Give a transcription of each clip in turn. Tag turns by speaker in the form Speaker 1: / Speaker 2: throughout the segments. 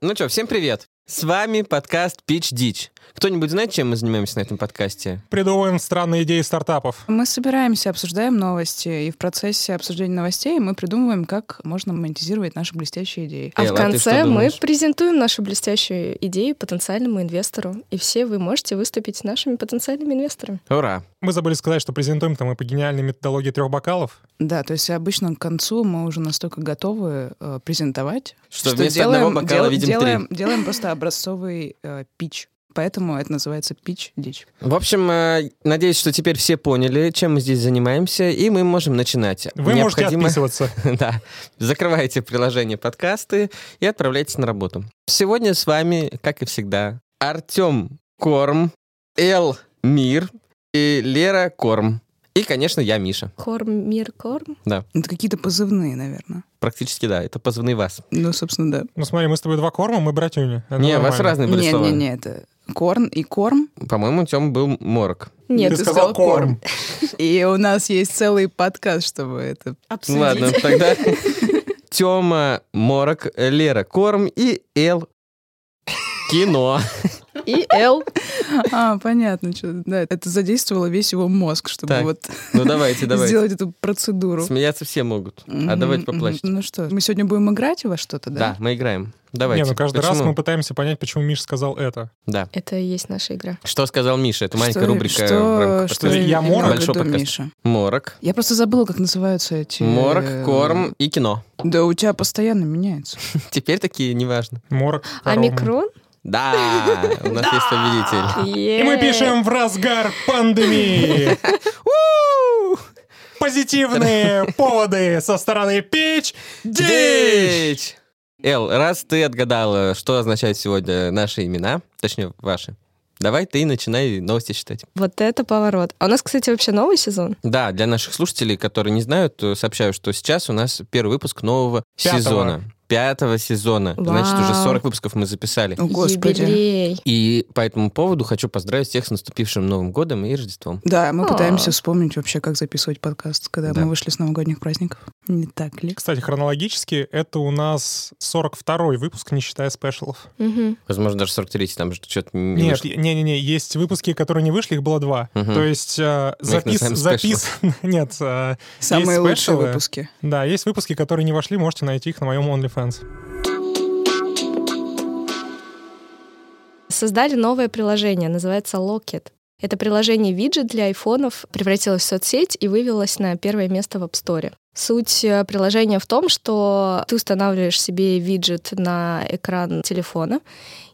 Speaker 1: Ну что, всем привет. С вами подкаст Pitch Ditch. Кто-нибудь знает, чем мы занимаемся на этом подкасте?
Speaker 2: Придумываем странные идеи стартапов.
Speaker 3: Мы собираемся, обсуждаем новости, и в процессе обсуждения новостей мы придумываем, как можно монетизировать наши блестящие идеи.
Speaker 1: Эл, а
Speaker 4: А в
Speaker 1: ты что
Speaker 4: конце мы
Speaker 1: думаешь?
Speaker 4: презентуем нашу блестящую идею потенциальному инвестору. И все вы можете выступить нашими потенциальными инвесторами.
Speaker 1: Ура.
Speaker 2: Мы забыли сказать, что презентуем там мы по гениальной методологии трех бокалов.
Speaker 3: Да, то есть обычно к концу мы уже настолько готовы э, презентовать,
Speaker 1: Что вместо одного бокала видим три.
Speaker 3: делаем, делаем просто образцовый э, пич. Поэтому это называется пич-дичь.
Speaker 1: В общем, э, надеюсь, что теперь все поняли, чем мы здесь занимаемся, и мы можем начинать.
Speaker 2: Вы можете
Speaker 1: Необходимо-
Speaker 2: отписываться.
Speaker 1: Да. Закрывайте приложение подкасты и отправляйтесь на работу. Сегодня с вами, как и всегда, Артем Корм, Эл Мир и Лера Корм. И, конечно, я, Миша.
Speaker 4: Корм, мир, корм.
Speaker 3: Это какие-то позывные, наверное.
Speaker 1: Практически, да, это позвоны вас.
Speaker 3: Ну, собственно, да.
Speaker 2: Ну смотри, мы с тобой два корма, мы братюни. Это
Speaker 1: не, у вас
Speaker 2: нормально.
Speaker 1: разные были слова.
Speaker 3: Не-не-не, это корн и корм.
Speaker 1: По-моему, Тем был морок.
Speaker 4: Нет,
Speaker 2: Ты сказал корм.
Speaker 3: И у нас есть целый подкаст, чтобы это
Speaker 1: Ну
Speaker 3: обсудить.
Speaker 1: Ладно, тогда Тема Морок, Лера Корм и Эл Кино.
Speaker 4: И Эл.
Speaker 3: А, понятно. Что, да, это задействовало весь его мозг, чтобы
Speaker 1: Так,
Speaker 3: вот
Speaker 1: Ну давайте, давайте.
Speaker 3: сделать эту процедуру.
Speaker 1: Смеяться все могут. А
Speaker 3: Мгм,
Speaker 1: давайте
Speaker 3: мгм.
Speaker 1: поплачьте.
Speaker 3: Ну что, мы сегодня будем играть во что-то,
Speaker 1: Да,
Speaker 3: да?
Speaker 1: мы играем. Давайте.
Speaker 2: Не, ну каждый раз
Speaker 1: Почему?
Speaker 2: мы пытаемся понять, почему Миша сказал это.
Speaker 1: Да.
Speaker 4: Это и есть наша игра.
Speaker 1: Что сказал Миша? Это маленькая
Speaker 3: Что-
Speaker 1: рубрика
Speaker 3: что-
Speaker 1: в рамках
Speaker 3: что
Speaker 1: подкаста.
Speaker 2: я
Speaker 3: имел в
Speaker 2: морок?
Speaker 3: виду
Speaker 1: Большой подкаст.
Speaker 3: Миша.
Speaker 1: Морок.
Speaker 3: Я просто забыла, как называются эти... э,
Speaker 1: Морок, корм и кино.
Speaker 3: Да у тебя постоянно меняется.
Speaker 1: Теперь такие, неважно.
Speaker 2: Морок.
Speaker 4: А
Speaker 2: корм.
Speaker 4: микрон?
Speaker 1: Да, у нас есть победитель.
Speaker 2: И мы пишем в разгар пандемии.
Speaker 1: У!
Speaker 2: Позитивные поводы со стороны пич. Дичь!
Speaker 1: Дичь! Эл, раз ты отгадала, что означают сегодня наши имена, точнее, ваши, давай ты начинай новости читать.
Speaker 4: Вот это поворот. А у нас, кстати, вообще новый сезон.
Speaker 1: Да, для наших слушателей, которые не знают, э, сообщаю, что сейчас у нас первый выпуск нового
Speaker 2: Пятого.
Speaker 1: сезона. Пятого сезона. Значит, уже
Speaker 4: Вау.
Speaker 1: 40 выпусков мы записали.
Speaker 3: О, Господи.
Speaker 4: Юбилей.
Speaker 1: И по этому поводу хочу поздравить всех с наступившим Новым годом и Рождеством.
Speaker 3: Да, мы
Speaker 4: А.
Speaker 3: пытаемся вспомнить вообще, как записывать подкаст, когда
Speaker 1: Да.
Speaker 3: мы вышли с новогодних праздников. Не так ли?
Speaker 2: Кстати, хронологически это у нас 42-й выпуск, не считая спешлов.
Speaker 4: Мгм.
Speaker 1: Возможно, даже 43 там что-то не
Speaker 2: Нет,
Speaker 1: вышло.
Speaker 2: е- не-не-не, есть выпуски, которые не вышли, их было два.
Speaker 1: Мгм.
Speaker 2: То есть э,
Speaker 1: Мы их
Speaker 2: запис...
Speaker 1: называем
Speaker 2: запис... Нет, э,
Speaker 3: Самые лучшие
Speaker 2: спешлы.
Speaker 3: выпуски.
Speaker 2: да, есть выпуски, которые не вошли, можете найти их на моем OnlyFans.
Speaker 4: Создали новое приложение, называется Locket. Это приложение виджет для айфонов превратилось в соцсеть и вывелось на первое место в App Store. Суть э, приложения в том, что ты устанавливаешь себе виджет на экран телефона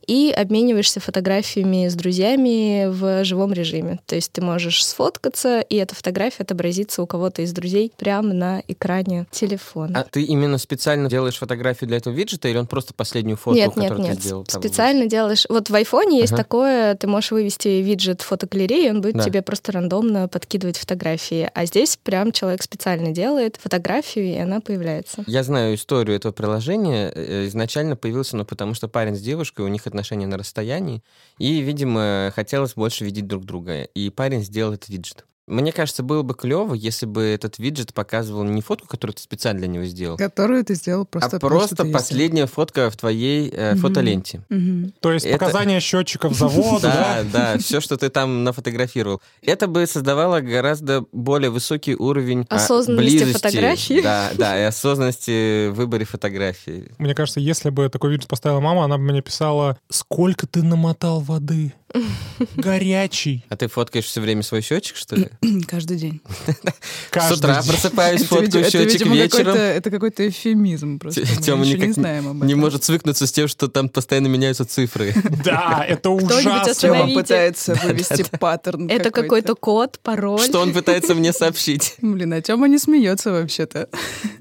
Speaker 4: и обмениваешься фотографиями с друзьями в живом режиме. То есть ты можешь сфоткаться, и эта фотография отобразится у кого-то из друзей прямо на экране телефона.
Speaker 1: А ты именно специально делаешь фотографию для этого виджета, или он просто последнюю фотку,
Speaker 4: нет, нет,
Speaker 1: которую
Speaker 4: нет.
Speaker 1: ты сделал? там,
Speaker 4: Специально делаешь. Вот в айфоне есть
Speaker 1: Ага.
Speaker 4: такое, ты можешь вывести виджет фотогалереи, и он будет
Speaker 1: Да.
Speaker 4: тебе просто рандомно подкидывать фотографии. А здесь прям человек специально делает фотографию, и она появляется.
Speaker 1: Я знаю историю этого приложения. Э, Изначально появилось оно потому, что парень с девушкой, у них отношения на расстоянии, и, видимо, хотелось больше видеть друг друга. И парень сделал этот виджет. Мне кажется, было бы клево, если бы этот виджет показывал не фотку, которую ты специально для него сделал,
Speaker 3: Которую ты сделал просто...
Speaker 1: а
Speaker 3: потому, что
Speaker 1: просто
Speaker 3: ты
Speaker 1: последняя фотка в твоей э,
Speaker 3: Мгм.
Speaker 1: фотоленте.
Speaker 3: есть. Мгм.
Speaker 2: То есть
Speaker 1: Это-
Speaker 2: показания счетчиков завода, да?
Speaker 1: Да, да, все, что ты там нафотографировал. Это бы создавало гораздо более высокий уровень а,
Speaker 4: Осознанности
Speaker 1: близости.
Speaker 4: фотографии.
Speaker 1: Да, да, и осознанности в выборе фотографии.
Speaker 2: Мне кажется, если бы такой виджет поставила мама, она бы мне писала, сколько ты намотал воды, горячий,
Speaker 1: А ты фоткаешь все время свой счетчик, что ли?
Speaker 3: Каждый день.
Speaker 2: каждый
Speaker 1: С утра
Speaker 2: день».
Speaker 1: просыпаюсь,
Speaker 3: Это, видимо-
Speaker 1: фоткаю
Speaker 3: это,
Speaker 1: счетчик
Speaker 3: видимо, какой-то-
Speaker 1: вечером.
Speaker 3: это какой-то эфемизм просто.
Speaker 1: Т-
Speaker 3: Мы
Speaker 1: Тёма
Speaker 3: ничего не
Speaker 1: никак
Speaker 3: знаем об этом.
Speaker 1: Не может свыкнуться с тем, что там постоянно меняются цифры.
Speaker 2: Да, это
Speaker 3: Тёма
Speaker 2: ужасно.
Speaker 4: останови- Остановите.
Speaker 3: пытается вывести паттерн
Speaker 4: Это какой-то код, пароль.
Speaker 1: Что он пытается мне сообщить?
Speaker 3: Блин, а Тёма не смеется вообще-то.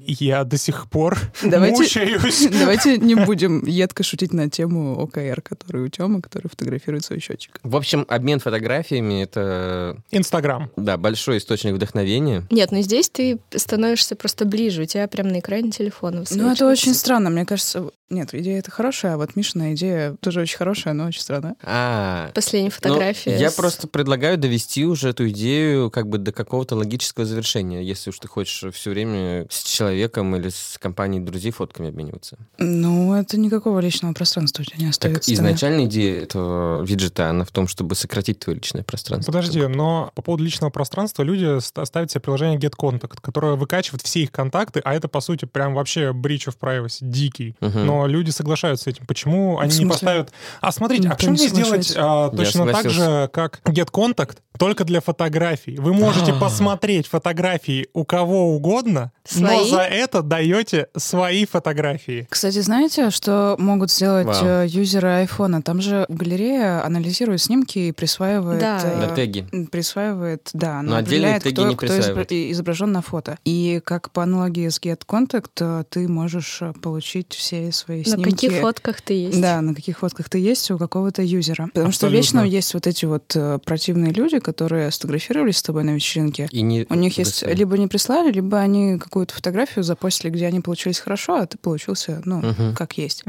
Speaker 2: Я до сих пор
Speaker 3: Давайте-
Speaker 2: мучаюсь.
Speaker 3: Давайте не будем едко шутить на тему ОКР, который у Тёмы, который фотографирует свой счет. девочек.
Speaker 1: В общем, обмен фотографиями — это,
Speaker 2: Инстаграм.
Speaker 1: да, большой источник вдохновения.
Speaker 4: Нет, ну здесь ты становишься просто ближе, у тебя прям на экране телефона
Speaker 3: Ну, это
Speaker 4: высвечивается.
Speaker 3: очень странно, мне кажется. Нет, идея это хорошая, а вот Мишина идея тоже очень хорошая, но очень странная.
Speaker 1: А,
Speaker 4: Последняя
Speaker 1: ну,
Speaker 4: фотография.
Speaker 1: я
Speaker 4: с-
Speaker 1: просто предлагаю довести уже эту идею как бы до какого-то логического завершения, если уж ты хочешь все время с человеком или с компанией друзей фотками обмениваться.
Speaker 3: Ну, это никакого личного пространства у тебя не
Speaker 1: Так,
Speaker 3: остается.
Speaker 1: изначально идея этого виджета, она в том, чтобы сократить твое личное пространство.
Speaker 2: Подожди, но по поводу личного пространства люди ст- ставят себе приложение GetContact, которое выкачивает все их контакты, а это, по сути, прям вообще breach of privacy, дикий.
Speaker 1: Мгм.
Speaker 2: Но люди соглашаются с этим. Почему они не
Speaker 3: смысле?
Speaker 2: поставят... А смотрите, а
Speaker 3: Никто
Speaker 2: почему
Speaker 3: не
Speaker 2: не сделать
Speaker 3: соглашается.
Speaker 2: а,
Speaker 1: Я
Speaker 2: точно так же, как GetContact, только для фотографий? Вы можете
Speaker 1: А.
Speaker 2: посмотреть фотографии у кого угодно, но
Speaker 4: Свои?
Speaker 2: за это даете свои фотографии.
Speaker 3: Кстати, знаете, что могут сделать
Speaker 1: Вау.
Speaker 3: э, юзеры айфона? Там же галерея анализирует снимки и присваивает...
Speaker 4: Да.
Speaker 3: э,
Speaker 1: Да, теги.
Speaker 3: м, Присваивает, да, она
Speaker 1: Но отдельные
Speaker 3: определяет,
Speaker 1: теги
Speaker 3: кто,
Speaker 1: не
Speaker 3: кто
Speaker 1: присваивает.
Speaker 3: изображен на фото. И как по аналогии с Get Contact, э, ты можешь э, получить все свои
Speaker 4: На
Speaker 3: снимки.
Speaker 4: каких фотках ты есть?
Speaker 3: Да, на каких фотках ты есть у какого-то юзера. Потому что
Speaker 2: Абсолютно.
Speaker 3: вечно есть вот эти вот э, противные люди, которые сфотографировались с тобой на вечеринке.
Speaker 1: И не
Speaker 3: У них есть
Speaker 1: присваивать.
Speaker 3: либо не прислали, либо они какую-то фотографию запостили, где они получились хорошо, а ты получился, ну,
Speaker 1: Мгм.
Speaker 3: как есть.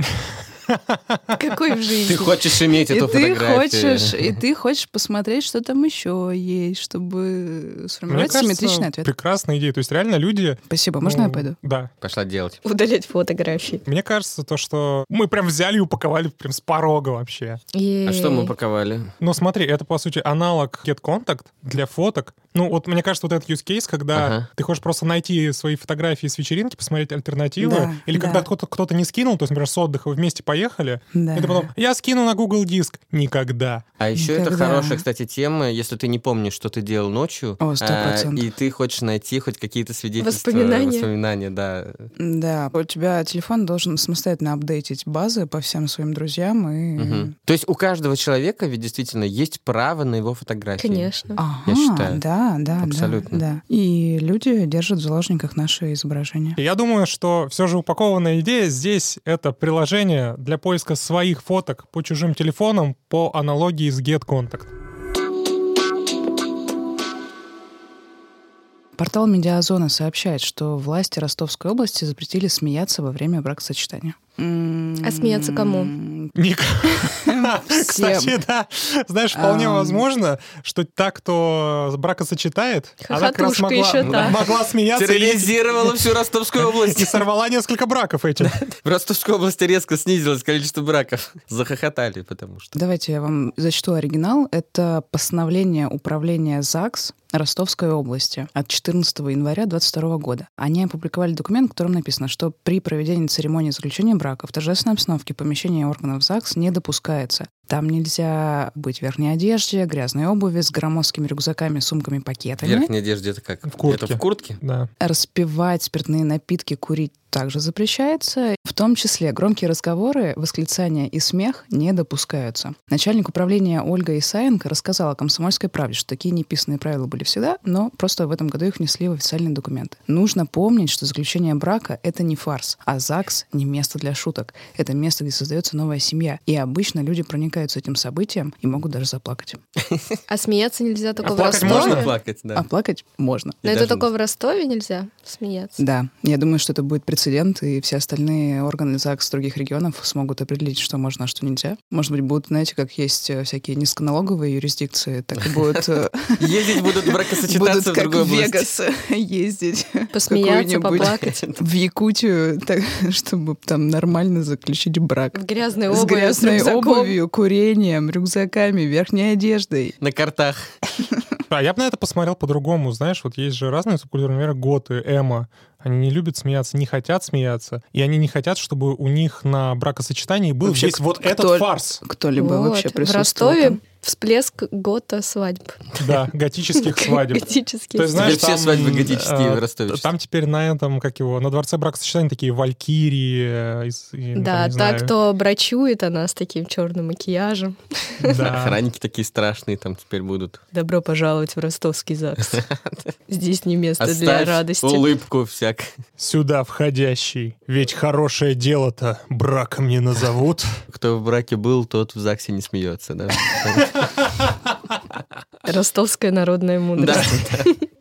Speaker 4: Какой в жизни?
Speaker 1: Ты хочешь иметь
Speaker 3: И
Speaker 1: эту
Speaker 3: ты
Speaker 1: фотографию.
Speaker 3: хочешь, и ты хочешь посмотреть, что там еще есть, чтобы сформировать симметричный ответ.
Speaker 2: прекрасная идея. То есть реально люди...
Speaker 3: Спасибо, можно я
Speaker 2: ну,
Speaker 3: пойду?
Speaker 2: Да.
Speaker 1: Пошла делать.
Speaker 4: Удалять фотографии.
Speaker 2: Мне кажется, то, что мы прям взяли и упаковали прям с порога вообще.
Speaker 1: А что мы упаковали?
Speaker 2: Но смотри, это, по сути, аналог Get Contact для фоток. Ну, вот мне кажется, вот этот use case, когда
Speaker 1: Ага.
Speaker 2: ты хочешь просто найти свои фотографии с вечеринки, посмотреть альтернативы,
Speaker 3: Да,
Speaker 2: или
Speaker 3: да.
Speaker 2: когда кто-то, кто-то не скинул, то есть, например, с отдыха вы вместе поехали,
Speaker 3: Да.
Speaker 2: и ты потом, я скину на Google диск. Никогда.
Speaker 1: А еще это
Speaker 3: Никогда.
Speaker 1: хорошая, кстати, тема, если ты не помнишь, что ты делал ночью,
Speaker 3: О, сто
Speaker 1: а,
Speaker 3: процентов.
Speaker 1: и ты хочешь найти хоть какие-то свидетельства,
Speaker 4: Воспоминания.
Speaker 1: воспоминания, да.
Speaker 3: Да, у тебя телефон должен самостоятельно апдейтить базы по всем своим друзьям и...
Speaker 1: Мгм. То есть у каждого человека ведь действительно есть право на его фотографии.
Speaker 4: Конечно.
Speaker 3: Ага,
Speaker 1: считаю.
Speaker 3: Да, да,
Speaker 1: Абсолютно.
Speaker 3: Да, да. И люди держат в заложниках наши изображения.
Speaker 2: И я думаю, что все же упакованная идея здесь — это приложение для поиска своих фоток по чужим телефонам по аналогии с Get Contact.
Speaker 3: Портал «Медиазона» сообщает, что власти Ростовской области запретили смеяться во время бракосочетания.
Speaker 4: А
Speaker 3: А
Speaker 4: смеяться кому?
Speaker 2: Ник.
Speaker 3: Всем.
Speaker 2: Кстати, да. Знаешь, вполне
Speaker 3: Ам.
Speaker 2: возможно, что та, кто бракосочетает, она как раз
Speaker 4: Хохотушка
Speaker 2: могла,
Speaker 4: ещё та.
Speaker 2: могла смеяться и,
Speaker 1: Терроризировала всю Ростовскую
Speaker 2: и
Speaker 1: область.
Speaker 2: сорвала несколько браков этим.
Speaker 1: В Ростовской области резко снизилось количество браков. Захохотали, потому что.
Speaker 3: Давайте я вам зачту оригинал. Это постановление управления ЗАГС Ростовской области от 14 января 2022 года. Они опубликовали документ, в котором написано, что при проведении церемонии заключения брака в торжественной обстановке помещение органов ЗАГС не допускается. Там нельзя быть в верхней одежде, грязной обуви, с громоздкими рюкзаками, сумками,
Speaker 1: В
Speaker 3: пакетами.
Speaker 1: верхней одежде это как?
Speaker 2: В куртке.
Speaker 1: Это в куртке?
Speaker 2: Да.
Speaker 3: Распивать спиртные напитки, курить также запрещается. В том числе громкие разговоры, восклицания и смех не допускаются. Начальник управления Ольга Исаенко рассказала «Комсомольской правде», что такие неписанные правила были всегда, но просто в этом году их внесли в официальные документы. Нужно помнить, что заключение брака — это не фарс, а ЗАГС — не место для шуток. Это место, где создается новая семья. И обычно люди проникаются этим событием и могут даже заплакать.
Speaker 4: А смеяться нельзя только
Speaker 2: А
Speaker 4: в
Speaker 2: плакать
Speaker 4: Ростове?
Speaker 2: можно?
Speaker 1: плакать,
Speaker 3: А
Speaker 1: да.
Speaker 3: плакать можно.
Speaker 1: И
Speaker 4: Но это
Speaker 1: даже-
Speaker 4: только в Ростове нельзя смеяться.
Speaker 3: Да, я думаю, что это будет прецедент, и все остальные органы ЗАГС других регионов смогут определить, что можно, а что нельзя. Может быть, будут, знаете, как есть э, всякие низконалоговые юрисдикции, так и будут, э,
Speaker 1: Ездить будут
Speaker 3: будут
Speaker 1: бракосочетаться в
Speaker 3: как
Speaker 1: другой
Speaker 3: в
Speaker 1: области.
Speaker 3: Вегас ездить.
Speaker 4: Посмеяться,
Speaker 3: Какую-нибудь.
Speaker 4: поплакать.
Speaker 3: В Якутию, так, чтобы там нормально заключить брак.
Speaker 4: В грязной
Speaker 3: С
Speaker 4: обуви, с
Speaker 3: грязной
Speaker 4: рюкзаком.
Speaker 3: обувью, курением, рюкзаками, верхней одеждой.
Speaker 1: На картах.
Speaker 2: А я бы на это посмотрел по-другому. Знаешь, вот есть же разные субкультуры, например, готы, эмо. Они не любят смеяться, не хотят смеяться. И они не хотят, чтобы у них на бракосочетании был
Speaker 3: Вообще,
Speaker 2: весь вот
Speaker 3: кто-
Speaker 2: этот фарс.
Speaker 3: Кто-либо
Speaker 4: Вот.
Speaker 3: вообще
Speaker 4: В
Speaker 3: присутствовал
Speaker 4: Ростове
Speaker 3: там?
Speaker 4: всплеск гота свадьб.
Speaker 2: Да, готических свадеб.
Speaker 4: Готических.
Speaker 2: То есть, знаешь,
Speaker 1: Теперь все
Speaker 2: там,
Speaker 1: свадьбы готические
Speaker 2: э,
Speaker 1: в Ростове.
Speaker 2: Там теперь на этом, как его, на дворце бракосочетания такие валькирии. э, из- и, ну,
Speaker 4: Да,
Speaker 2: там, не
Speaker 4: та,
Speaker 2: знаю.
Speaker 4: кто брачует она с таким черным макияжем.
Speaker 2: Да.
Speaker 1: Охранники такие страшные там теперь будут.
Speaker 4: Добро пожаловать в ростовский ЗАГС. Здесь не место для
Speaker 1: Оставь
Speaker 4: радости.
Speaker 1: улыбку вся как?
Speaker 2: Сюда входящий. Ведь хорошее дело-то браком не назовут.
Speaker 1: Кто в браке был, тот в ЗАГСе не смеется, да?
Speaker 4: Ростовская народная
Speaker 1: Да.
Speaker 4: мудрость.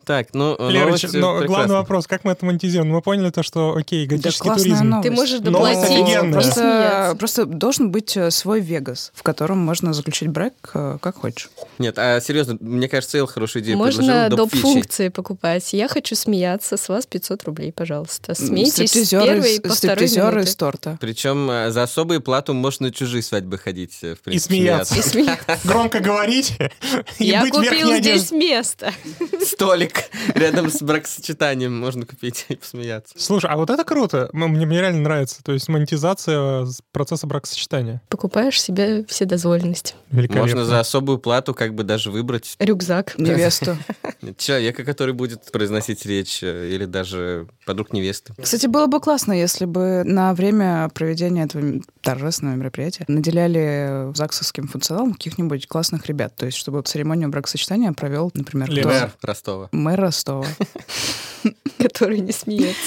Speaker 1: Так, ну,
Speaker 2: Лера,
Speaker 1: новость,
Speaker 2: чем-
Speaker 1: э,
Speaker 2: но главный
Speaker 1: прекрасна.
Speaker 2: вопрос, как мы это монетизируем? Мы поняли то, что, окей, готический
Speaker 3: классная
Speaker 2: туризм.
Speaker 3: новость.
Speaker 4: Ты можешь
Speaker 2: Но
Speaker 3: Новость
Speaker 4: доплатить.
Speaker 2: офигенная.
Speaker 4: и
Speaker 3: Просто,
Speaker 4: смеяться.
Speaker 3: просто должен быть э, свой Вегас, в котором можно заключить брак э, как хочешь.
Speaker 1: Нет, а серьезно, мне кажется, Эл хорошую идею
Speaker 4: Можно
Speaker 1: предложил. доп. фичи.
Speaker 4: доп-функции покупать. Я хочу смеяться, с вас 500 рублей, пожалуйста. Смейтесь с
Speaker 3: Стриптизеры
Speaker 4: первой
Speaker 3: из-
Speaker 4: и по второй
Speaker 3: стриптизеры из
Speaker 4: минуты.
Speaker 3: торта.
Speaker 1: Причем э, за особую плату можно на чужие свадьбы ходить, э, в принципе.
Speaker 2: смеяться.
Speaker 4: И смеяться.
Speaker 2: Громко говорить и
Speaker 4: Я
Speaker 2: быть в верхней
Speaker 4: купил здесь
Speaker 2: одежде.
Speaker 4: место.
Speaker 1: Столик рядом с бракосочетанием можно купить и посмеяться.
Speaker 2: Слушай, а вот это круто. М- Мне, мне реально нравится. То есть монетизация э, с- процесса бракосочетания.
Speaker 4: Покупаешь себе вседозволенность.
Speaker 2: Великолепно.
Speaker 1: Можно за особую плату как бы даже выбрать
Speaker 4: Рюкзак.
Speaker 3: Невесту.
Speaker 1: человека, который будет произносить речь, э, или даже подруг невесты.
Speaker 3: Кстати, было бы классно, если бы на время проведения этого м- торжественного мероприятия наделяли э, ЗАГСовским функционалом каких-нибудь классных ребят. То есть, чтобы церемонию бракосочетания провел, например, кто?
Speaker 2: Лера.
Speaker 1: Мэр Ростова.
Speaker 3: Мэр Ростова.
Speaker 4: который не смеется.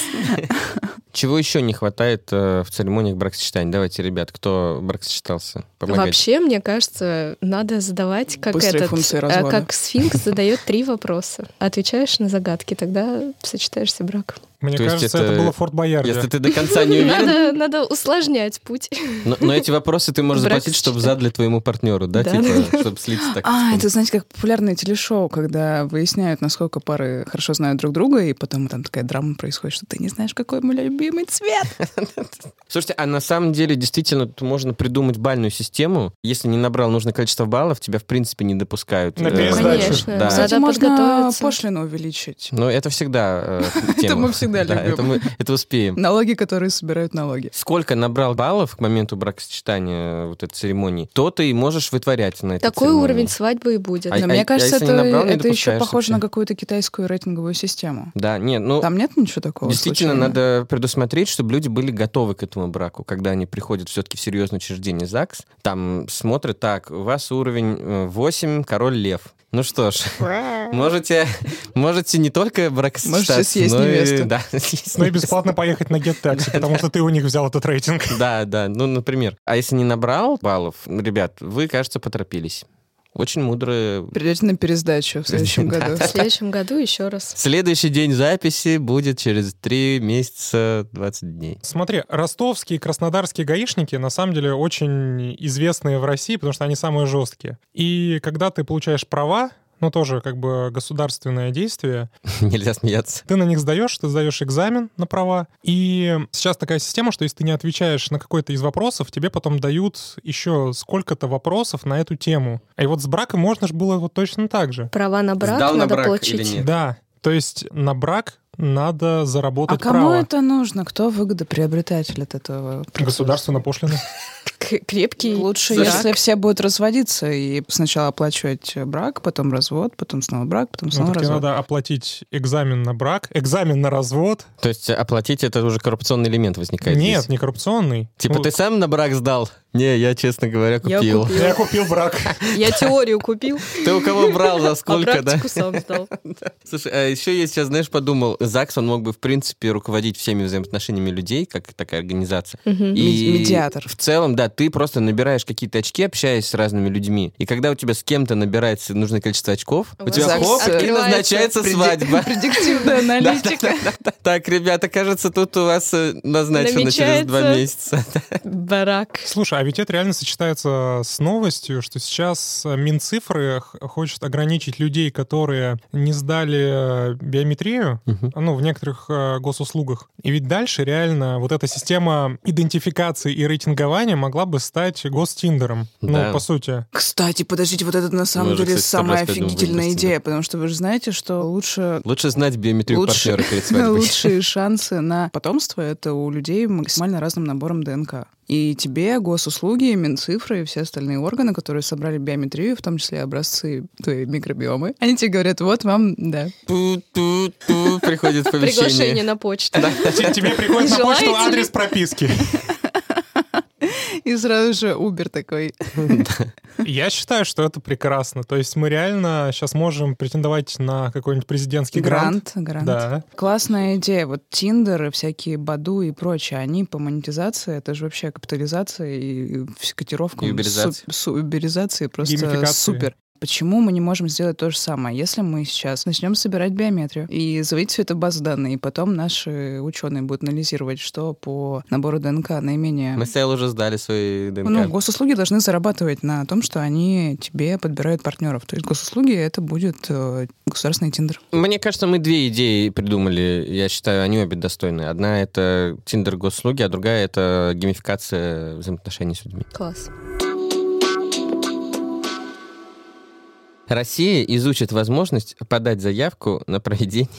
Speaker 1: Чего еще не хватает э, в церемониях бракосочетания? Давайте, ребят, кто бракосочетался, помогайте.
Speaker 4: Вообще, мне кажется, надо задавать, как
Speaker 3: Быстрые
Speaker 4: этот,
Speaker 3: функции
Speaker 4: э,
Speaker 3: развода.
Speaker 4: как сфинкс задает три вопроса. Отвечаешь на загадки, тогда сочетаешься браком.
Speaker 2: Мне
Speaker 1: То есть
Speaker 2: кажется,
Speaker 1: это-
Speaker 2: это было в Форт Боярде.
Speaker 1: Если ты до конца не уверен,
Speaker 4: Надо, надо усложнять путь.
Speaker 1: но, но эти вопросы ты можешь заплатить, чтобы задали твоему партнеру, да,
Speaker 4: Да.
Speaker 1: типа, чтобы слиться так.
Speaker 3: А, это, знаете, как популярное телешоу, когда выясняют, насколько пары хорошо знают друг друга, и потом там такая драма происходит, что ты не знаешь, какой мой любимый цвет.
Speaker 1: Слушайте, а на самом деле действительно тут можно придумать бальную систему. Если не набрал нужное количество баллов, тебя в принципе не допускают.
Speaker 2: На
Speaker 1: Э,
Speaker 2: пересдачу.
Speaker 4: Конечно.
Speaker 1: Да.
Speaker 3: Кстати,
Speaker 4: Надо
Speaker 3: можно
Speaker 4: подготовиться.
Speaker 3: пошлину увеличить.
Speaker 1: Но Ну, это всегда э, тема.
Speaker 3: Это мы всегда
Speaker 1: Да,
Speaker 3: любим.
Speaker 1: Это мы это успеем.
Speaker 3: Налоги, которые собирают налоги.
Speaker 1: Сколько набрал баллов к моменту бракосочетания э, вот этой церемонии, то ты и можешь вытворять на этой
Speaker 4: Такой
Speaker 1: церемонии.
Speaker 4: уровень свадьбы и будет.
Speaker 1: А-
Speaker 3: Но мне кажется,
Speaker 1: если не
Speaker 3: это,
Speaker 1: набрал, не
Speaker 3: это еще
Speaker 1: допускаешь
Speaker 3: похоже на
Speaker 1: вообще.
Speaker 3: какую-то китайскую рейтинговую систему.
Speaker 1: Да, нет, ну...
Speaker 3: Там нет ничего такого?
Speaker 1: Действительно,
Speaker 3: случайно?
Speaker 1: надо предусмотреть, чтобы люди были готовы к этому браку, когда они приходят все-таки в серьезное учреждение ЗАГС. Там смотрят, так, у вас уровень э, 8, король лев. Ну что ж, можете, можете не только бракосочетаться,
Speaker 3: Можете съесть
Speaker 1: но и-
Speaker 3: невесту.
Speaker 1: Да, съесть
Speaker 2: Ну и
Speaker 1: невесту.
Speaker 2: бесплатно поехать на GetTaxi, потому что ты у них взял этот рейтинг.
Speaker 1: Да, да, ну, например. А если не набрал баллов, ребят, вы, кажется, поторопились. Очень мудрые.
Speaker 3: Придете на пересдачу в следующем
Speaker 1: Да.
Speaker 3: году.
Speaker 4: В следующем году еще раз.
Speaker 1: Следующий день записи будет через 3 месяца 20 дней.
Speaker 2: Смотри, ростовские и краснодарские гаишники на самом деле очень известные в России, потому что они самые жесткие. И когда ты получаешь права, ну тоже как бы государственное действие,
Speaker 1: Нельзя смеяться.
Speaker 2: Ты на них сдаешь, ты сдаешь экзамен на права. И сейчас такая система, что если ты не отвечаешь на какой-то из вопросов, тебе потом дают еще сколько-то вопросов на эту тему. И вот с браком можно же было вот точно так же.
Speaker 4: Права на брак
Speaker 1: Сдал на
Speaker 4: надо
Speaker 1: брак
Speaker 4: получить.
Speaker 1: или нет?
Speaker 2: Да, то есть на брак надо
Speaker 3: А
Speaker 2: заработать
Speaker 3: кому
Speaker 2: право.
Speaker 3: это нужно? Кто выгодоприобретатель от этого? процесса?
Speaker 2: Государственная пошлина.
Speaker 4: К- Крепкий.
Speaker 3: Лучше,
Speaker 1: Слушай,
Speaker 3: если все будут разводиться и сначала оплачивать брак, потом развод, потом снова брак, потом
Speaker 2: Ну,
Speaker 3: снова
Speaker 2: так тебе
Speaker 3: развод.
Speaker 2: надо оплатить экзамен на брак, экзамен на развод.
Speaker 1: То есть оплатить это уже коррупционный элемент возникает
Speaker 2: Нет,
Speaker 1: здесь.
Speaker 2: не коррупционный.
Speaker 1: Типа
Speaker 2: Ну,
Speaker 1: ты сам на брак сдал? Не, я, честно говоря,
Speaker 4: Я
Speaker 1: купил.
Speaker 4: купил.
Speaker 2: Я купил брак.
Speaker 4: Я теорию купил,
Speaker 1: Ты у кого брал, за
Speaker 4: а
Speaker 1: сколько, да?
Speaker 4: практику сам сдал.
Speaker 1: Слушай, а еще я сейчас, знаешь, подумал, ЗАГС, он мог бы, в принципе, руководить всеми взаимоотношениями людей, как такая организация.
Speaker 4: Мгм.
Speaker 3: Ми- медиатор.
Speaker 1: В целом, да, ты просто набираешь какие-то очки, общаясь с разными людьми. И когда у тебя с кем-то набирается нужное количество очков,
Speaker 4: У
Speaker 1: у
Speaker 4: вас
Speaker 1: тебя
Speaker 3: ЗАГС
Speaker 1: хоп, и
Speaker 4: открывается
Speaker 1: назначается
Speaker 3: Преди-
Speaker 1: свадьба.
Speaker 3: Предиктивная
Speaker 1: Да, да,
Speaker 3: аналитика.
Speaker 1: да, да, да. Так, ребята, кажется, тут у вас э, назначено через два
Speaker 4: Намечается.
Speaker 1: месяца.
Speaker 4: Барак.
Speaker 2: Слушай, а ведь это реально сочетается с новостью, что сейчас э, Минцифры х- хочет ограничить людей, которые не сдали э, биометрию,
Speaker 1: Мгм.
Speaker 2: ну, в некоторых э, госуслугах. И ведь дальше реально вот эта система идентификации и рейтингования могла бы стать гостиндером.
Speaker 1: Да.
Speaker 2: Ну, по сути.
Speaker 3: Кстати, подождите, вот это на самом
Speaker 1: уже,
Speaker 3: деле
Speaker 1: кстати, сто
Speaker 3: самая
Speaker 1: раз, я думаю,
Speaker 3: офигительная
Speaker 1: выпустим, да.
Speaker 3: идея, потому что вы же знаете, что лучше
Speaker 1: Лучше знать биометрию
Speaker 3: Лучше-
Speaker 1: партнера перед свадьбой.
Speaker 3: Лучшие шансы на потомство — это у людей максимально разным набором ДНК. И тебе госуслуги, Минцифры и все остальные органы, которые собрали биометрию, в том числе образцы твоей микробиомы, они тебе говорят, вот вам, да.
Speaker 1: Ту-ту-ту, приходит
Speaker 4: Приглашение
Speaker 1: помещение.
Speaker 4: на почту.
Speaker 2: Те- Тебе приходит
Speaker 4: Не
Speaker 2: на почту
Speaker 4: желаете ли?
Speaker 2: адрес прописки.
Speaker 3: И сразу же Uber такой.
Speaker 2: Я считаю, что это прекрасно. То есть мы реально сейчас можем претендовать на какой-нибудь президентский грант.
Speaker 3: Грант, грант.
Speaker 2: Да.
Speaker 3: Классная идея. Вот Тиндер и всякие Баду и прочее, они по монетизации, это же вообще капитализация и вс- котировка.
Speaker 1: И уберизация.
Speaker 3: Су- су- уберизация просто
Speaker 2: Геймификация.
Speaker 3: супер. Почему мы не можем сделать то же самое, если мы сейчас начнем собирать биометрию и заводить все это в базу данных, и потом наши ученые будут анализировать, что по набору ДНК наименее...
Speaker 1: Мы с Эллой уже сдали свои ДНК.
Speaker 3: Ну, госуслуги должны зарабатывать на том, что они тебе подбирают партнеров. То есть госуслуги — это будет э, государственный Тиндер.
Speaker 1: Мне кажется, мы две идеи придумали. Я считаю, они обе достойны. Одна — это Тиндер госслуги, а другая — это геймификация взаимоотношений с людьми.
Speaker 4: Класс.
Speaker 1: Россия изучит возможность подать заявку на проведение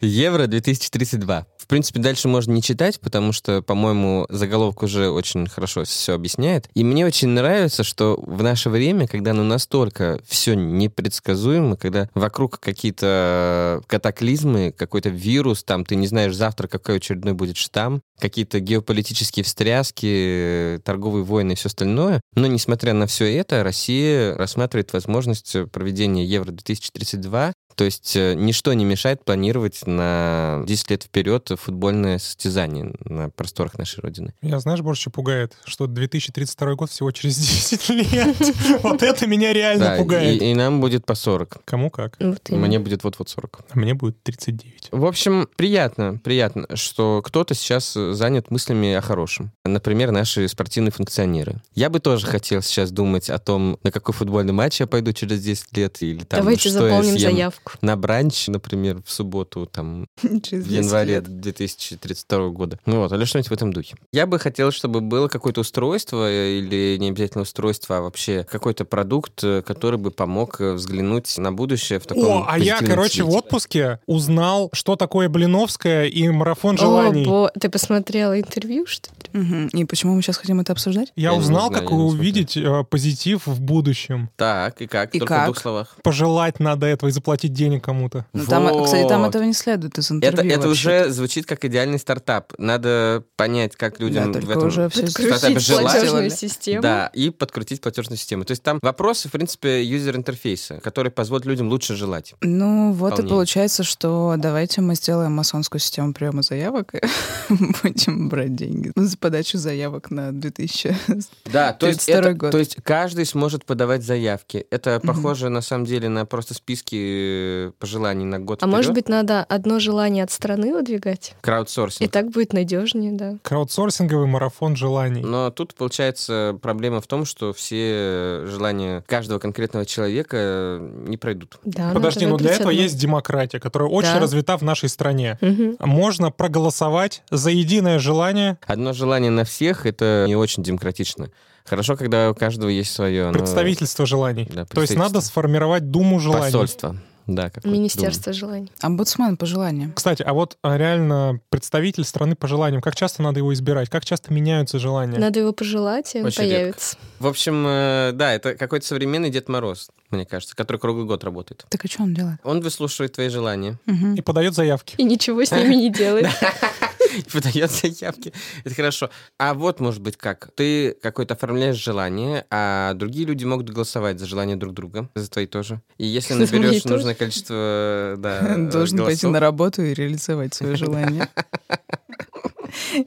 Speaker 1: Евро-2032. В принципе, дальше можно не читать, потому что, по-моему, заголовок уже очень хорошо все объясняет. И мне очень нравится, что в наше время, когда ну настолько все непредсказуемо, когда вокруг какие-то э, катаклизмы, какой-то вирус, там ты не знаешь завтра, какой очередной будет штамм, какие-то геополитические встряски, э, торговые войны и все остальное. Но, несмотря на все это, Россия рассматривает возможность э, проведения Евро-2032 то есть э, ничто не мешает планировать на 10 лет вперед футбольное состязание на просторах нашей Родины.
Speaker 2: Меня, знаешь, больше чего пугает, что 2032 год всего через 10 лет. Вот это меня реально
Speaker 1: Да, и,
Speaker 2: пугает.
Speaker 1: и нам будет по 40.
Speaker 2: Кому как.
Speaker 4: Ну, вот именно.
Speaker 1: Мне будет вот-вот 40.
Speaker 2: А Мне будет 39.
Speaker 1: В общем, приятно, приятно, что кто-то сейчас э, занят мыслями о хорошем. Например, наши спортивные функционеры. Я бы тоже хотел сейчас думать о том, на какой футбольный матч я пойду через 10 лет, или там, что
Speaker 4: Давайте
Speaker 1: я
Speaker 4: заполним
Speaker 1: съем
Speaker 4: заявку.
Speaker 1: на бранч, например, в субботу, там,
Speaker 3: Через
Speaker 1: в
Speaker 3: 10
Speaker 1: январе
Speaker 3: лет.
Speaker 1: 2032 года. Ну вот, или что-нибудь в этом духе. Я бы хотел, чтобы было какое-то устройство, э, или не обязательно устройство, а вообще какой-то продукт, э, который бы помог э, взглянуть на будущее в таком
Speaker 2: О, а я,
Speaker 1: позитивном
Speaker 2: короче, в
Speaker 1: свете.
Speaker 2: отпуске узнал, что такое Блиновская и марафон
Speaker 4: О,
Speaker 2: желаний.
Speaker 4: бо- ты посмотрела интервью, что ли?
Speaker 3: Мгм. И почему мы сейчас хотим это обсуждать?
Speaker 2: Я
Speaker 1: Я не
Speaker 2: узнал,
Speaker 1: знаю,
Speaker 2: как
Speaker 1: я не смотрел.
Speaker 2: увидеть э, позитив в будущем.
Speaker 1: Так, и как?
Speaker 3: И
Speaker 1: Только в
Speaker 3: как?
Speaker 1: двух словах.
Speaker 2: Пожелать надо этого и заплатить денег кому-то.
Speaker 3: Ну, там, э, кстати, там
Speaker 1: Вот.
Speaker 3: этого не следует из интервью.
Speaker 1: Это, это
Speaker 3: вообще.
Speaker 1: уже звучит как идеальный стартап. Надо понять, как людям
Speaker 3: Да,
Speaker 1: в
Speaker 3: только
Speaker 1: этом...
Speaker 3: уже все
Speaker 1: Подкрутить Что-то
Speaker 4: Крутить
Speaker 1: обжила?
Speaker 4: платежную
Speaker 3: сделали.
Speaker 4: систему.
Speaker 1: Да, и подкрутить платежную систему. То есть там вопросы, в принципе, юзер-интерфейса, который позволит людям лучше желать.
Speaker 3: Ну, вот
Speaker 1: Вполне.
Speaker 3: и получается, что давайте мы сделаем масонскую систему приема заявок и будем брать деньги за подачу заявок на 2000.
Speaker 1: Да, то есть,
Speaker 3: 32-й
Speaker 1: это-
Speaker 3: год.
Speaker 1: то есть каждый сможет подавать заявки. Это
Speaker 3: Мгм.
Speaker 1: похоже на самом деле на просто списки э, пожеланий на год.
Speaker 4: А может
Speaker 1: вперед.
Speaker 4: быть, надо одно желание от страны выдвигать? И
Speaker 1: краудсорсинг.
Speaker 4: так будет надежнее, да.
Speaker 2: Краудсорсинговый марафон желаний.
Speaker 1: Но тут получается проблема в том, что все э, желания каждого конкретного человека э, не пройдут.
Speaker 4: да
Speaker 2: Подожди,
Speaker 4: надо
Speaker 2: ну для
Speaker 4: выбрать
Speaker 2: этого
Speaker 4: одно.
Speaker 2: есть демократия, которая очень
Speaker 4: Да.
Speaker 2: развита в нашей стране.
Speaker 4: Мгм.
Speaker 2: Можно проголосовать за единое желание.
Speaker 1: Одно желание на всех это не очень демократично. Хорошо, когда у каждого есть свое но-
Speaker 2: Представительство желаний.
Speaker 1: Да,
Speaker 2: То есть
Speaker 1: представительство.
Speaker 2: надо сформировать думу желаний.
Speaker 1: посольство. Да, как вот
Speaker 4: Министерство желаний.
Speaker 3: Омбудсмен по желанию.
Speaker 2: Кстати, а вот а, реально представитель страны по желаниям, как часто надо его избирать, как часто меняются желания?
Speaker 4: Надо его пожелать, и он
Speaker 1: Очень
Speaker 4: появится.
Speaker 1: думаю. В общем, э, да, это какой-то современный Дед Мороз, мне кажется, который круглый год работает.
Speaker 3: Так а что он делает?
Speaker 1: Он выслушивает твои желания.
Speaker 3: Мгм.
Speaker 2: И подает заявки.
Speaker 4: И ничего с ними не делает.
Speaker 1: Подает заявки. Это хорошо. А вот, может быть, как. Ты какое-то оформляешь желание, а другие люди могут голосовать за желание друг друга, за твои тоже. И если
Speaker 4: За мои
Speaker 1: наберешь
Speaker 4: тоже.
Speaker 1: нужное количество да,
Speaker 3: Должен
Speaker 1: э, голосов-
Speaker 3: пойти на работу и реализовать свое желание.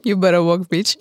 Speaker 3: You better walk, bitch.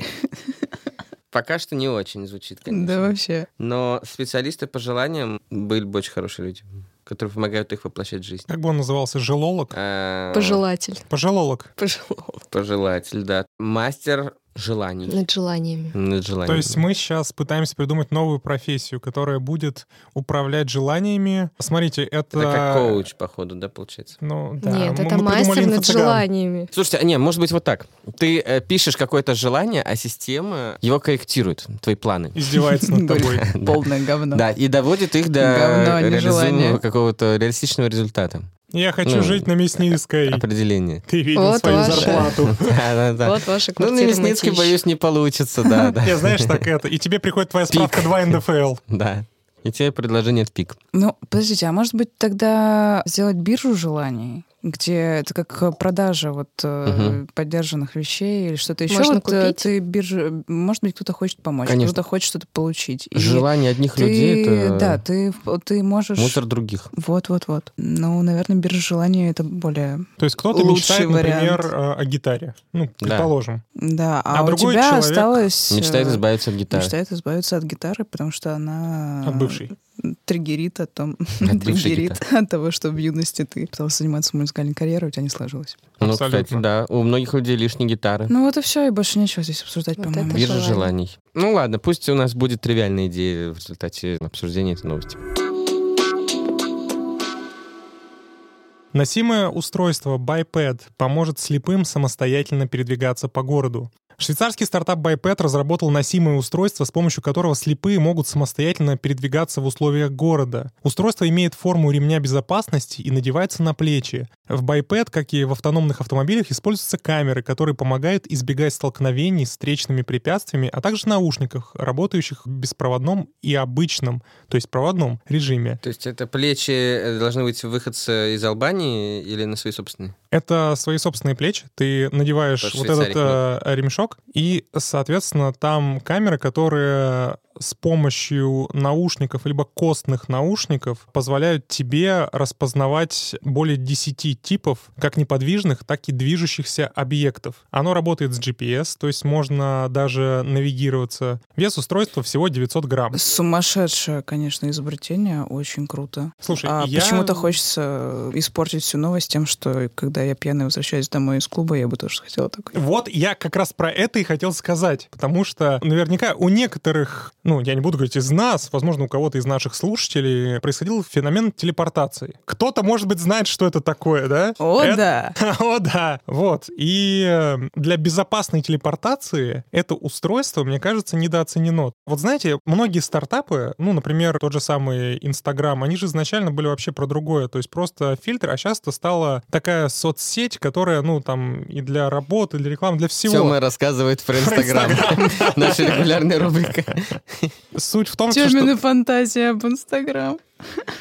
Speaker 1: Пока что не очень звучит,
Speaker 3: Да
Speaker 1: конечно.
Speaker 3: вообще.
Speaker 1: Но специалисты по желаниям были бы очень хорошие люди, которые помогают их воплощать в жизнь.
Speaker 2: Как бы он назывался? Желолог?
Speaker 1: А,
Speaker 4: Пожелатель.
Speaker 2: Пожелолог.
Speaker 4: Пожелал.
Speaker 1: Пожелатель, да. Мастер желаний.
Speaker 4: Над желаниями.
Speaker 1: Над желаниями.
Speaker 2: То есть мы сейчас пытаемся придумать новую профессию, которая будет управлять желаниями. Смотрите, это...
Speaker 1: Это как коуч, походу, да, получается?
Speaker 2: Ну, да.
Speaker 4: Нет,
Speaker 2: мы-
Speaker 4: это
Speaker 2: мы придумали
Speaker 4: мастер над
Speaker 2: инфо-цыган.
Speaker 4: желаниями.
Speaker 1: Слушайте, а не, может быть вот так. Ты э, пишешь какое-то желание, а система его корректирует, твои планы.
Speaker 2: Издевается над тобой.
Speaker 3: Полное говно.
Speaker 1: Да, и доводит их до
Speaker 3: Говно, а не
Speaker 1: реализуемого
Speaker 3: желание.
Speaker 1: какого-то реалистичного результата,
Speaker 2: Я хочу
Speaker 1: Ну,
Speaker 2: жить на Мясницкой.
Speaker 1: определения.
Speaker 2: Ты видел
Speaker 4: Вот
Speaker 2: свою
Speaker 4: ваше.
Speaker 2: зарплату.
Speaker 1: Да-да-да.
Speaker 4: Вот ваша
Speaker 1: Ну,
Speaker 4: квартира.
Speaker 1: на Мясницкой,
Speaker 4: Матищ.
Speaker 1: боюсь, не получится, да, да,
Speaker 2: Я знаешь, так это. И тебе приходит твоя справка 2 НДФЛ.
Speaker 1: да. И тебе предложение от пик.
Speaker 3: Ну, подождите, а может быть тогда сделать биржу желаний? где это как продажа вот э, поддержанных вещей или что-то еще.
Speaker 4: Можно
Speaker 3: вот э,
Speaker 4: купить.
Speaker 3: ты биржа, может быть, кто-то хочет помочь,
Speaker 1: Конечно.
Speaker 3: кто-то хочет что-то получить. И
Speaker 1: Желание одних
Speaker 3: ты,
Speaker 1: людей это
Speaker 3: да, ты в- ты можешь.
Speaker 1: мусор других.
Speaker 3: Вот, вот, вот. Ну, наверное, биржа желаний это более,
Speaker 2: То есть кто-то
Speaker 3: Лучший
Speaker 2: мечтает,
Speaker 3: вариант.
Speaker 2: например, э, о гитаре. Ну,
Speaker 1: Да.
Speaker 2: предположим.
Speaker 3: да. А,
Speaker 2: А
Speaker 3: у
Speaker 2: другой
Speaker 3: тебя
Speaker 2: человек
Speaker 3: осталось. э,
Speaker 1: Мечтает избавиться от гитары.
Speaker 3: Мечтает избавиться от гитары, потому что она
Speaker 2: От бывшей.
Speaker 3: триггерит о том,
Speaker 1: От бывшей
Speaker 3: триггерит от того, что в юности ты пытался заниматься музыкальной карьерой, у тебя не сложилось.
Speaker 1: Ну,
Speaker 2: Абсолютно.
Speaker 1: кстати, да. У многих людей лишние гитары.
Speaker 3: Ну вот и все, и больше нечего здесь обсуждать,
Speaker 4: Вот
Speaker 3: по-моему.
Speaker 4: это
Speaker 1: Биржа
Speaker 4: желание.
Speaker 1: желаний. Ну ладно, пусть у нас будет тривиальная идея в результате обсуждения этой новости.
Speaker 2: Носимое устройство BiPad поможет слепым самостоятельно передвигаться по городу. Швейцарский стартап BiPad разработал носимое устройство, с помощью которого слепые могут самостоятельно передвигаться в условиях города. Устройство имеет форму ремня безопасности и надевается на плечи. В BiPad, как и в автономных автомобилях, используются камеры, которые помогают избегать столкновений с встречными препятствиями, а также наушниках, работающих в беспроводном и обычном, то есть проводном режиме.
Speaker 1: То есть это плечи э, должны быть выходцы из Албании или на свои собственные?
Speaker 2: Это свои собственные плечи. Ты надеваешь
Speaker 1: Потому что
Speaker 2: вот этот
Speaker 1: Швейцария
Speaker 2: э, ремешок, и, соответственно, там камеры, которые с помощью наушников, либо костных наушников, позволяют тебе распознавать более 10 типов как неподвижных, так и движущихся объектов. Оно работает с GPS, то есть можно даже навигироваться. Вес устройства всего 900 грамм.
Speaker 3: Сумасшедшее, конечно, изобретение, очень круто.
Speaker 2: Слушай,
Speaker 3: А
Speaker 2: я...
Speaker 3: почему-то хочется э, испортить всю новость тем, что когда я пьяный возвращаюсь домой из клуба, я бы тоже хотела такое.
Speaker 2: Вот я как раз про это и хотел сказать, потому что наверняка у некоторых, ну, я не буду говорить из нас, возможно, у кого-то из наших слушателей происходил феномен телепортации. Кто-то, может быть, знает, что это такое, да?
Speaker 3: О,
Speaker 2: Это-
Speaker 3: да!
Speaker 2: О, да. Вот. И э, для безопасной телепортации это устройство, мне кажется, недооценено. Вот знаете, многие стартапы, ну, например, тот же самый Инстаграм, они же изначально были вообще про другое. То есть просто фильтр, а сейчас это стала такая соцсеть, которая, ну, там, и для работы, и для рекламы, для всего.
Speaker 1: Тёма рассказывает про Инстаграм. Наша регулярная рубрика.
Speaker 2: Суть в том, что
Speaker 3: Тёмина фантазия об Инстаграм.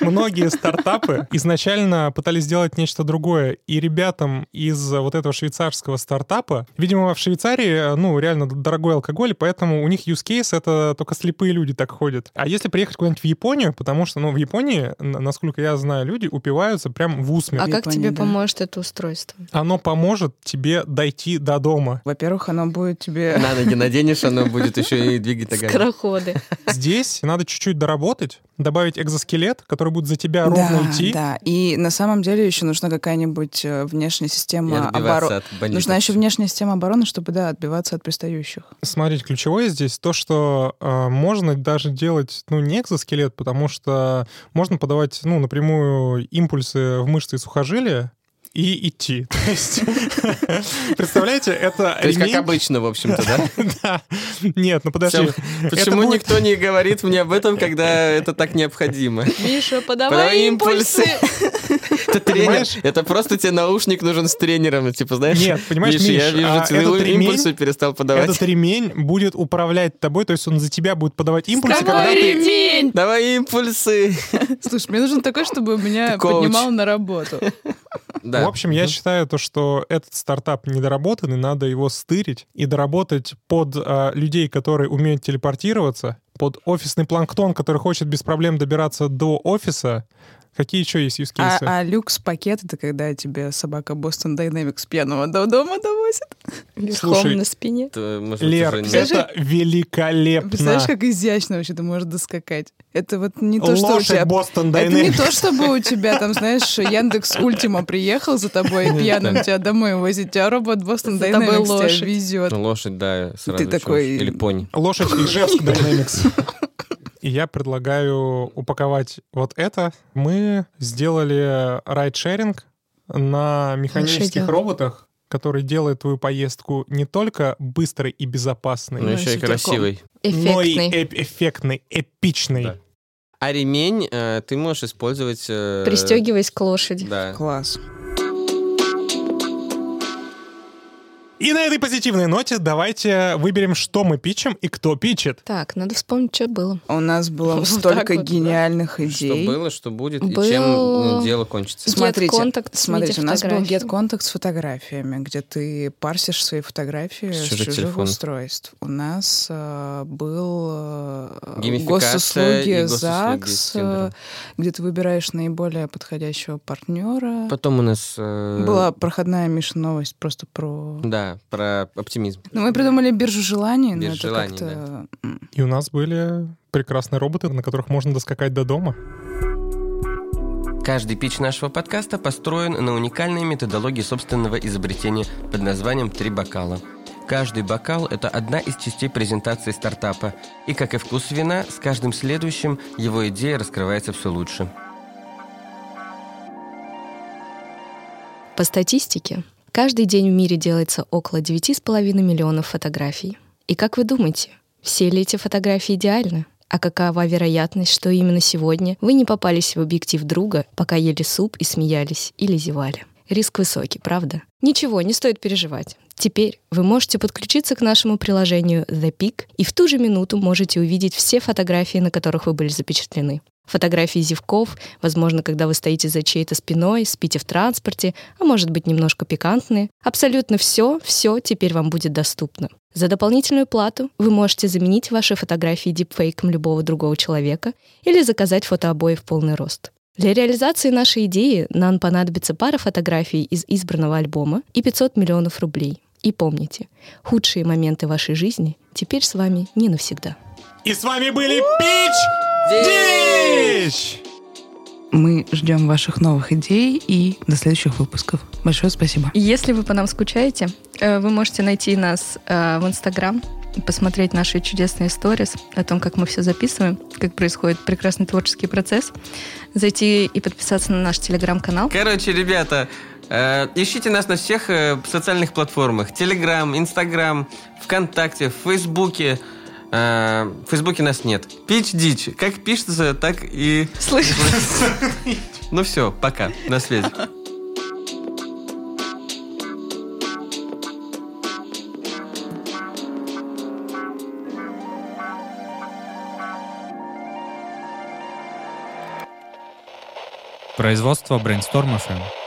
Speaker 2: многие стартапы изначально пытались сделать нечто другое. И ребятам из э, вот этого швейцарского стартапа, видимо, в Швейцарии, ну, реально дорогой алкоголь, поэтому у них use case — это только слепые люди так ходят. А если приехать куда-нибудь в Японию, потому что, ну, в Японии, н- насколько я знаю, люди упиваются прям в усмех.
Speaker 4: А
Speaker 3: Я
Speaker 4: как
Speaker 3: поняла,
Speaker 4: тебе
Speaker 3: да.
Speaker 4: поможет это устройство?
Speaker 2: Оно поможет тебе дойти до дома.
Speaker 3: Во-первых, оно будет тебе...
Speaker 1: На ноги наденешь, оно будет еще и двигать ногами.
Speaker 4: Скороходы.
Speaker 2: Здесь надо чуть-чуть доработать, добавить экзоскелет, который будет за тебя ровно
Speaker 3: Да,
Speaker 2: идти.
Speaker 3: да. И на самом деле еще нужна какая-нибудь э, внешняя
Speaker 1: И
Speaker 3: система обороны.
Speaker 1: отбиваться от бандитов.
Speaker 3: Нужна еще внешняя система обороны, чтобы, да, отбиваться от пристающих.
Speaker 2: Смотрите, ключевое здесь то, что э, можно даже делать, ну, не экзоскелет, потому что можно подавать, ну, напрямую импульсы в мышцы и сухожилия и идти. То есть, представляете, это
Speaker 1: То есть как
Speaker 2: ремень-
Speaker 1: обычно, в общем-то, да?
Speaker 2: Да. Нет, ну подожди.
Speaker 1: Всё. Почему
Speaker 2: будет-
Speaker 1: никто не говорит мне об этом, когда это так необходимо?
Speaker 4: Миша,
Speaker 1: Подавай
Speaker 4: подавай импульсы.
Speaker 1: Это тренер.
Speaker 2: Понимаешь?
Speaker 1: Это просто тебе наушник нужен с тренером. Типа, знаешь,
Speaker 2: Нет, понимаешь,
Speaker 1: Миша, я
Speaker 2: Миш, а
Speaker 1: вижу, ты
Speaker 2: этот
Speaker 1: импульсы
Speaker 2: ремень,
Speaker 1: перестал подавать.
Speaker 2: этот ремень будет управлять тобой, то есть он за тебя будет подавать импульсы,
Speaker 4: тобой
Speaker 2: когда ты...
Speaker 4: ремень!
Speaker 1: Давай импульсы.
Speaker 3: Слушай, мне нужен такой, чтобы меня
Speaker 1: Ты коуч.
Speaker 3: поднимал на работу.
Speaker 1: Да. Ну,
Speaker 2: В общем, я считаю то, что этот стартап недоработанный, надо его стырить и доработать под а, людей, которые умеют телепортироваться, под офисный планктон, который хочет без проблем добираться до офиса. Какие еще есть use cases?
Speaker 3: А, а люкс-пакет — это когда тебе собака Бостон Dynamics пьяного до дома довозит.
Speaker 2: Слушай,
Speaker 4: Верхом на спине.
Speaker 1: Это, может быть,
Speaker 2: Лер,
Speaker 1: уже не-
Speaker 3: Слушай,
Speaker 2: это великолепно.
Speaker 3: Представляешь, как изящно вообще ты можешь доскакать. Это вот не то, что у
Speaker 2: Лошадь
Speaker 3: тебя...
Speaker 2: Бостон
Speaker 3: Это не
Speaker 2: Dynamics.
Speaker 3: то, чтобы у тебя там, знаешь, Яндекс Ультима приехал за тобой и пьяным тебя домой возит. Тебя робот Бостон
Speaker 4: За тобой
Speaker 3: Dynamics тебя
Speaker 4: лошадь.
Speaker 3: везет.
Speaker 1: Ну, лошадь, да, сразу.
Speaker 3: Ты
Speaker 1: чушь.
Speaker 3: такой-
Speaker 1: Или пони. Ну,
Speaker 2: Лошадь Ижевск Dynamics. И я предлагаю упаковать вот это. Мы сделали райдшеринг на механических
Speaker 4: Лошадях.
Speaker 2: роботах, который делает твою поездку не только быстрой и безопасной,
Speaker 1: Ну, еще и
Speaker 3: Сидорком.
Speaker 1: красивый.
Speaker 2: но и
Speaker 4: Эффектный.
Speaker 2: эп- эффектной, эпичной.
Speaker 1: Да. А ремень э, ты можешь использовать... э,
Speaker 4: Пристегиваясь к лошади.
Speaker 1: Да.
Speaker 3: Класс.
Speaker 2: И на этой позитивной ноте давайте выберем, что мы пичем и кто пичет.
Speaker 4: Так, надо вспомнить, что было.
Speaker 3: У нас было
Speaker 4: Вот
Speaker 3: столько
Speaker 4: так вот, да.
Speaker 3: гениальных
Speaker 1: Что
Speaker 3: идей.
Speaker 1: было, что будет
Speaker 4: Был-
Speaker 1: и чем э, дело кончится.
Speaker 3: Смотрите,
Speaker 4: Get-контакт с
Speaker 3: смотрите, у нас был
Speaker 4: видеофотографией.
Speaker 3: гет-контакт с фотографиями, где ты парсишь свои фотографии
Speaker 1: С
Speaker 3: с
Speaker 1: чужих
Speaker 3: чужих
Speaker 1: телефонов.
Speaker 3: устройств. У нас э, был э,
Speaker 1: Геймификация и
Speaker 3: госуслуги
Speaker 1: госуслуги с
Speaker 3: ЗАГС, э,
Speaker 1: Тиндером.
Speaker 3: где ты выбираешь наиболее подходящего партнера.
Speaker 1: Потом у нас... э, Ну,
Speaker 3: Была проходная Миша новость просто про...
Speaker 1: Да, про оптимизм.
Speaker 3: Ну, мы придумали биржу желаний, но
Speaker 1: Биржу
Speaker 3: это
Speaker 1: желаний,
Speaker 3: как-то... м.
Speaker 2: И у нас были прекрасные роботы, на которых можно доскакать до дома.
Speaker 5: Каждый пич нашего подкаста построен на уникальной методологии собственного изобретения под названием «Три бокала». Каждый бокал – это одна из частей презентации стартапа. И, как и вкус вина, с каждым следующим его идея раскрывается все лучше.
Speaker 4: По статистике, каждый день в мире делается около 9,5 миллионов фотографий. И как вы думаете, все ли эти фотографии идеальны? А какова вероятность, что именно сегодня вы не попались в объектив друга, пока ели суп и смеялись или зевали? Риск высокий, правда? Ничего, не стоит переживать. Теперь вы можете подключиться к нашему приложению The Peak и в ту же минуту можете увидеть все фотографии, на которых вы были запечатлены. Фотографии зевков, возможно, когда вы стоите за чьей-то спиной, спите в транспорте, а может быть немножко пикантные. Абсолютно все, все теперь вам будет доступно. За дополнительную плату вы можете заменить ваши фотографии дипфейком любого другого человека или заказать фотообои в полный рост. Для реализации нашей идеи нам понадобится пара фотографий из избранного альбома и 500 миллионов рублей. И помните, худшие моменты вашей жизни теперь с вами не навсегда.
Speaker 2: И с вами были Пич Дич!
Speaker 3: Мы ждем ваших новых идей и до следующих выпусков. Большое спасибо.
Speaker 4: Если вы по нам скучаете, э, вы можете найти нас э, в Инстаграм, посмотреть наши чудесные сторис о том, как мы все записываем, как происходит прекрасный творческий процесс, зайти и подписаться на наш Телеграм-канал.
Speaker 5: Короче, ребята, э, ищите нас на всех э, социальных платформах. Телеграм, Инстаграм, ВКонтакте, в Фейсбуке. Э, в Фейсбуке нас нет. Пич-дич. Как пишется, так и...
Speaker 4: Слышь.
Speaker 5: Ну все, пока. На связи.
Speaker 6: Производство Brainstorm FM.